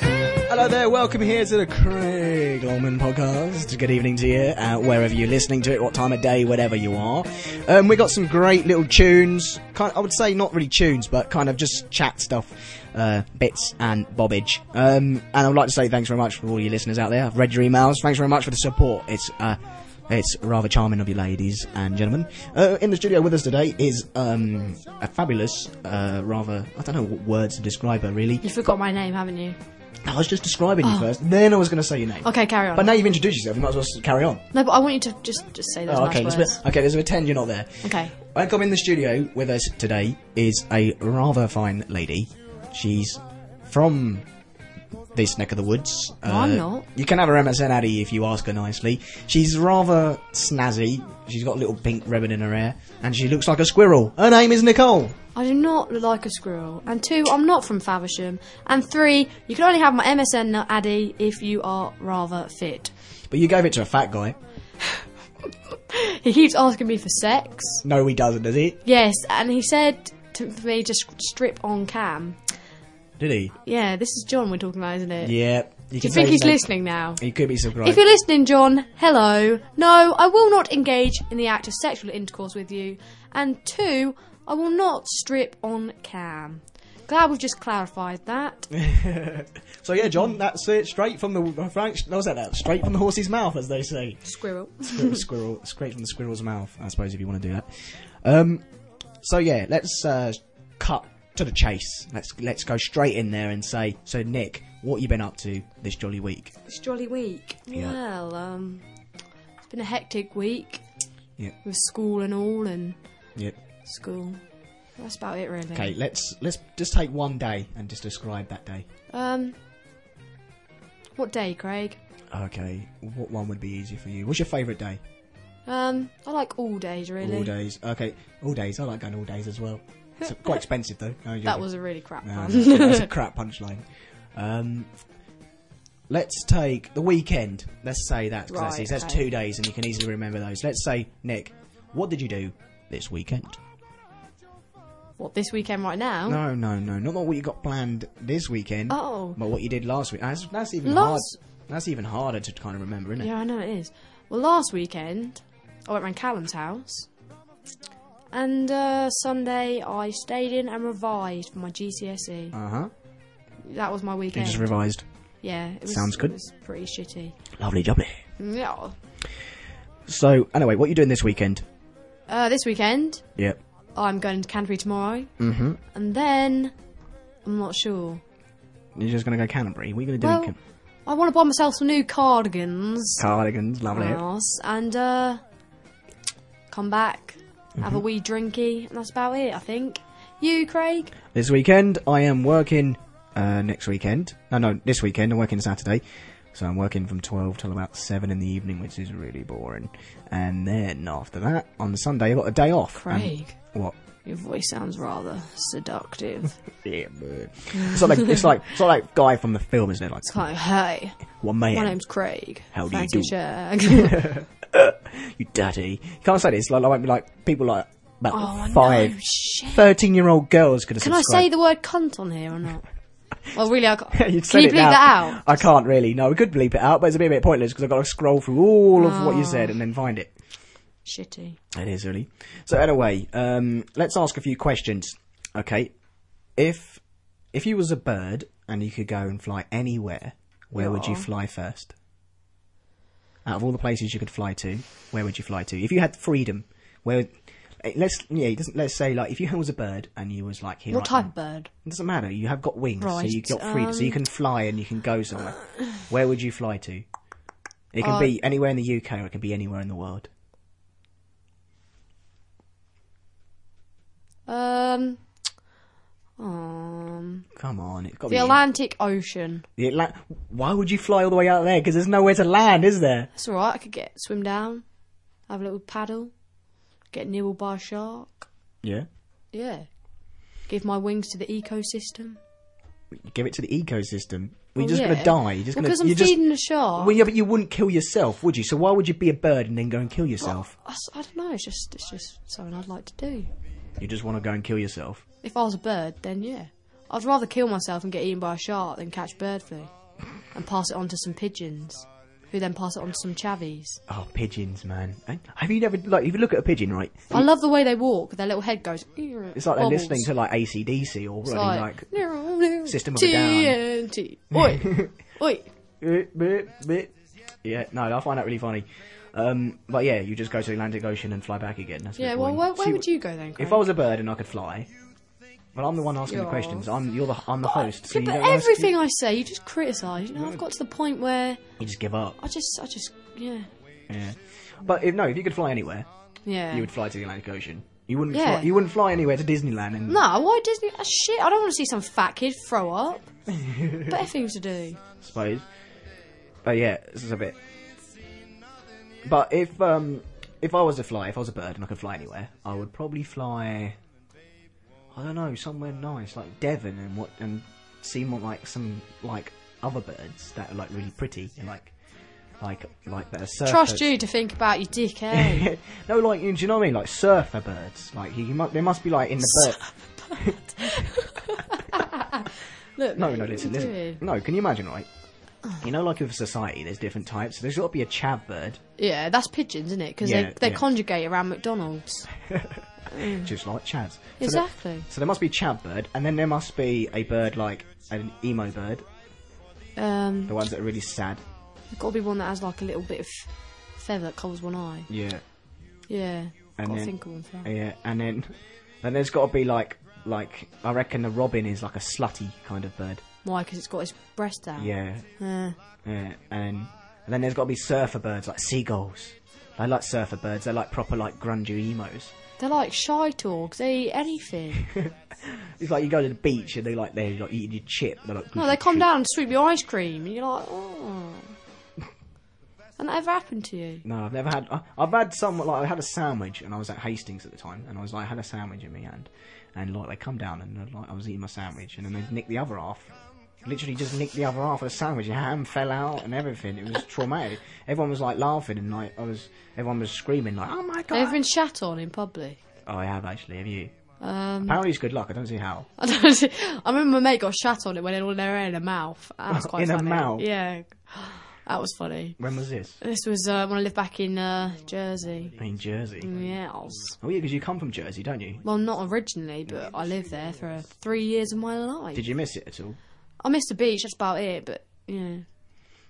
Hello there, welcome here to the Craig Longman podcast. Good evening to you, uh, wherever you're listening to it, what time of day, whatever you are. Um, we got some great little tunes. Kind I would say not really tunes, but kind of just chat stuff, uh, bits and bobbage. Um, and I would like to say thanks very much for all your listeners out there. I've read your emails. Thanks very much for the support. It's uh, it's rather charming of you, ladies and gentlemen. Uh, in the studio with us today is um, a fabulous, uh, rather I don't know what words to describe her really. You forgot my name, haven't you? I was just describing you first, then I was going to say your name. Oh. Okay, carry on. But now you've introduced yourself, you might as well s- carry on. no, but I want you to just just say those Oh, nice okay, let's words. be- okay, let's pretend you're not there. Okay. Welcome in the studio with us today is a rather fine lady. She's from this neck of the woods. Uh, I'm not. You can have her MSN Addy if you ask her nicely. She's rather snazzy. She's got a little pink ribbon in her hair, and she looks like a squirrel. Her name is Nicole. I do not look like a squirrel. And two, I'm not from Faversham. And three, you can only have my MSN Addy if you are rather fit. But you gave it to a fat guy. He keeps asking me for sex. No, he doesn't, does he? Yes, and he said to for me just strip on cam. Did he? Yeah, this is John we're talking about, isn't it? Yeah. You can Do you tell think he's so- listening now? He could be surprised. If you're listening, John, hello. No, I will not engage in the act of sexual intercourse with you. And two, I will not strip on cam. Glad we've just clarified that. So yeah, John, that's it. Straight from the uh, Frank. What was that? that? Straight from the horse's mouth, as they say. Squirrel. Squirrel, squirrel, straight from the squirrel's mouth, I suppose, if you want to do that. Um, so yeah, let's uh, cut to the chase. Let's let's go straight in there and say, so Nick, what you been up to this jolly week? It's jolly week. Yeah. Well, um, it's been a hectic week. Yeah. With school and all, and Yeah. school. That's about it, really. Okay, let's let's just take one day and just describe that day. Um, what day, Craig? Okay, what one would be easier for you? What's your favourite day? Um, I like all days, really. All days. Okay, all days. I like going all days as well. It's quite expensive though. No, That joking. was a really crap No, one. Um, that's a crap punchline. Um, let's take the weekend. Let's say that 'cause that's, Right, that's okay. two days, and you can easily remember those. Let's say, Nick, what did you do this weekend? what, this weekend right now? No, no, no, not what you got planned this weekend, Oh. but what you did last week. That's, that's even Last- hard. That's even harder to kind of remember, isn't it? Yeah, I know it is. Well, last weekend I went round Callum's house, and uh, Sunday I stayed in and revised for my GCSE. Uh huh. E. that was my You weekend. just revised. yeah, it was, Sounds good. It was pretty shitty. Lovely, lovely. Yeah. So, anyway, what you doing this weekend? Uh, this weekend Yep. I'm going to Canterbury tomorrow, mm-hmm. and then I'm not sure. You're just gonna go Canterbury. What are you gonna do? Well, in Can- I want to buy myself some new cardigans, Cardigans, lovely. Yes, and uh, come back, have Mm-hmm. a wee drinky, and that's about it. I think. You, Craig? This weekend I am working. Uh, next weekend, no, no, this weekend I'm working Saturday, so I'm working from twelve till about seven in the evening, which is really boring. And then after that, on Sunday I got a day off. and- Craig. what? Your voice sounds rather seductive. Yeah, man. It's not like it's like it's not like guy from the film, isn't it? Like, It's like, hey, what man? my name's Craig. How do you Fancy do? Shag. you daddy. You can't say this. Like, I won't be like people like about oh, five, no, shit. 13 year old girls could have. Can I say the word cunt on here or not? Well, really, I can't. Can you You'd bleep said it now. that out? I can't really. No, we could bleep it out, but it's a bit, a bit pointless because I've got to scroll through all of Oh. what you said and then find it. Shitty. It is really. So anyway, um, let's ask a few questions. Okay, if if you was a bird and you could go and fly anywhere, where would you Aw. fly first? Out of all the places you could fly to, where would you fly to? If you had freedom, where? would- eh, Let's yeah, it doesn't- let's say like if you was a bird and you was like here. What I type am- of bird? It doesn't matter. You have got wings, so Right, um, you got freedom, so you can fly and you can go somewhere. where would you fly to? It can be Uh, anywhere in the UK or it can be anywhere in the world. Um. Um. Come on, it's got to The be Atlantic Ocean. The Atla- Why would you fly all the way out there? Because there's nowhere to land, is there? That's alright, I could get swim down, have a little paddle, get nibbled by a shark. Yeah. Yeah. Give my wings to the ecosystem. Give it to the ecosystem. We're Well, just yeah. gonna die. You're just gonna. because I'm you're feeding just... a shark. Well, yeah, but you wouldn't kill yourself, would you? So why would you be a bird and then go and kill yourself? I, s- I don't know. It's just it's just something I'd like to do. You just want to go and kill yourself. If I was a bird, then yeah, I'd rather kill myself and get eaten by a shark than catch bird flu. and pass it on to some pigeons, who then pass it on to some chavies. Oh, pigeons, man. Eh? Have you never, like, if you look at a pigeon, right? I love the way they walk. Their little head goes. It's like they're listening to, like, ACDC or running, like, System of a Down. TNT. Oi, oi. Eh, bleh, bleh. Yeah, no, I find that really funny. Um, but yeah, you just go to the Atlantic Ocean and fly back again. That's Yeah. the Well, point. where, where See, would you go then? Craig? If I was a bird and I could fly, well, I'm the one asking the Yes. questions. I'm you're the I'm the host, so Yeah, you but don't ask- everything I say, you just criticise. You know, I've got to the point where you just give up. I just, I just, yeah, Yeah. But if no, if you could fly anywhere, yeah. you would fly to the Atlantic Ocean. You wouldn't. Yeah. Fly, you wouldn't fly anywhere to Disneyland. And No, why Disney? ah, shit, I don't want to see some fat kid throw up. Better things to I do. suppose. But yeah, this is a bit. But if um if I was to fly, if I was a bird and I could fly anywhere, I would probably fly. I don't know, somewhere nice like Devon and what and see more like some like other birds that are like really pretty and like like like that are surfers. Trust you to think about your dick, eh? no, like you- do you know what I mean? Like surfer birds. Like you, you must, they must be like in the bird. Look, No, mate, no, what listen, you listen. doing? No, can you imagine, right? You know, like with society, there's different types. There's got to be a chav bird, Yeah, that's pigeons, isn't it? Because Yeah, they, they yeah. conjugate around McDonald's. just like chavs. So there- Exactly. so there must be chav bird, and then there must be a bird like an emo bird, Um, the ones that are really sad. there's got to be one that has like a little bit of feather that covers one eye. Yeah. Yeah, And got to then- think of one for that. Yeah, and then, and there's got to be like, like I reckon the robin is like a slutty kind of bird. Why? Because it's got its breast out. Yeah. Uh, Yeah, and and then there's got to be surfer birds like seagulls. They like surfer birds. They're like proper like grungy emos. they're like shy dogs. They eat anything. It's like you go to the beach and they like they like eating your chip. They're like no, they come down and sweep your ice cream, and you're like, oh. And that ever happened to you? No, I've never had. I- I've had some like I had a sandwich and I was at Hastings at the time and I was like I had a sandwich in my hand and like they come down and like I was eating my sandwich and then they nicked the other half. Literally just nicked the other half of the sandwich. Your ham fell out and everything. It was traumatic. Everyone was like laughing and like I was. Everyone was screaming like, "Oh my god!" They've been shat on in public. oh, I have actually. Have you? Um, Apparently, it's good luck. I don't see how. I, don't see- I remember my mate got shat on it when it all in her in her mouth. That was quite In her funny. mouth? Yeah, that was funny. When was this? This was uh, when I lived back in uh, Jersey. Mm, In Jersey. Yeah, I was- Oh yeah, because you come from Jersey, don't you? well, not originally, but I lived there for three years of my life. Did you miss it at all? I missed the beach. That's about it. But yeah,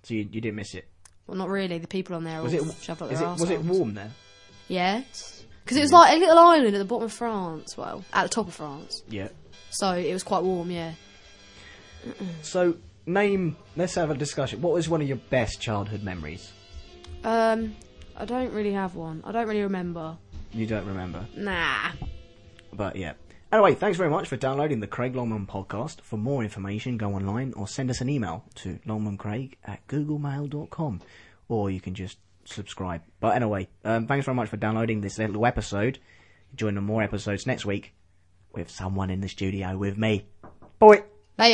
So you, you didn't miss it. well, not really. The people on there Was all it? shoved up is their it was it arseholes. warm there? Yes. Because it was like a little island at the bottom of France, well, at the top of France. Yeah. So it was quite warm, yeah. So name. Let's have a discussion. What was one of your best childhood memories? Um, I don't really have one. I don't really remember. You don't remember, Nah. but yeah. Anyway, thanks very much for downloading the Craig Longman podcast. For more information, go online or send us an email to longmancraig at googlemail.com. Or you can just subscribe. But anyway, um, thanks very much for downloading this little episode. Join on more episodes next week with someone in the studio with me. Boy.